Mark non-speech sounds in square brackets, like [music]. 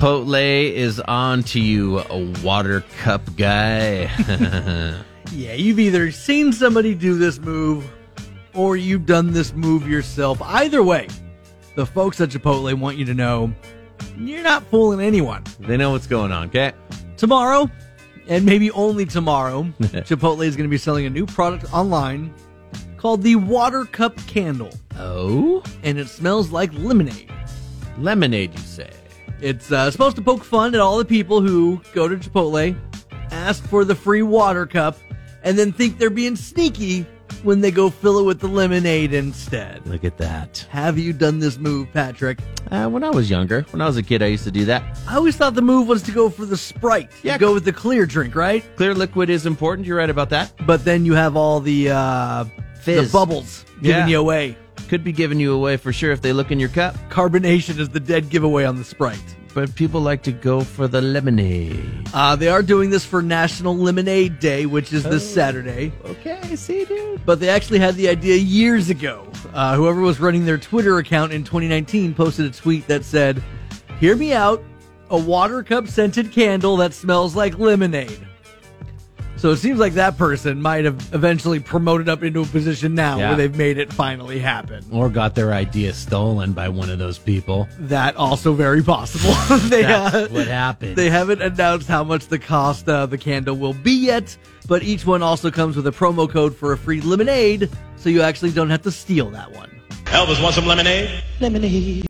Chipotle is on to you, a water cup guy. [laughs] Yeah, you've either seen somebody do this move or you've done this move yourself. Either way, the folks at Chipotle want you to know you're not fooling anyone. they know what's going on, okay? Tomorrow, and maybe only tomorrow, Chipotle is going to be selling a new product online called the Water Cup Candle, Oh? and it smells like lemonade. Lemonade, you say? It's uh, supposed to poke fun at all the people who go to Chipotle, ask for the free water cup, and then think they're being sneaky when they go fill it with the lemonade instead. Look at that. Have you done this move, Patrick? Uh, when I was younger, when I was a kid, I used to do that. I always thought the move was to go for the Sprite. Yeah. You go with the clear drink, right? Clear liquid is important. You're right about that. But then you have all the uh, Fizz. the bubbles giving Yeah. you away. Could be giving you away for sure if they look in your cup. Carbonation is the dead giveaway on the Sprite. But people like to go for the lemonade. Uh, they are doing this for National Lemonade Day, which is Oh. this Saturday. Okay, see, dude. but they actually had the idea years ago. Uh, whoever was running their Twitter account in 2019 posted a tweet that said, Hear me out, a water cup scented candle that smells like lemonade. So it seems like that person might have eventually promoted up into a position now Yeah. where they've made it finally happen. Or got their idea stolen by one of those [laughs] people. That also very possible. [laughs] they, uh, That's what happened. They haven't announced how much the cost of the candle will be yet, but each one also comes with a promo code for a free lemonade, so you actually don't have to steal that one. Elvis want some lemonade?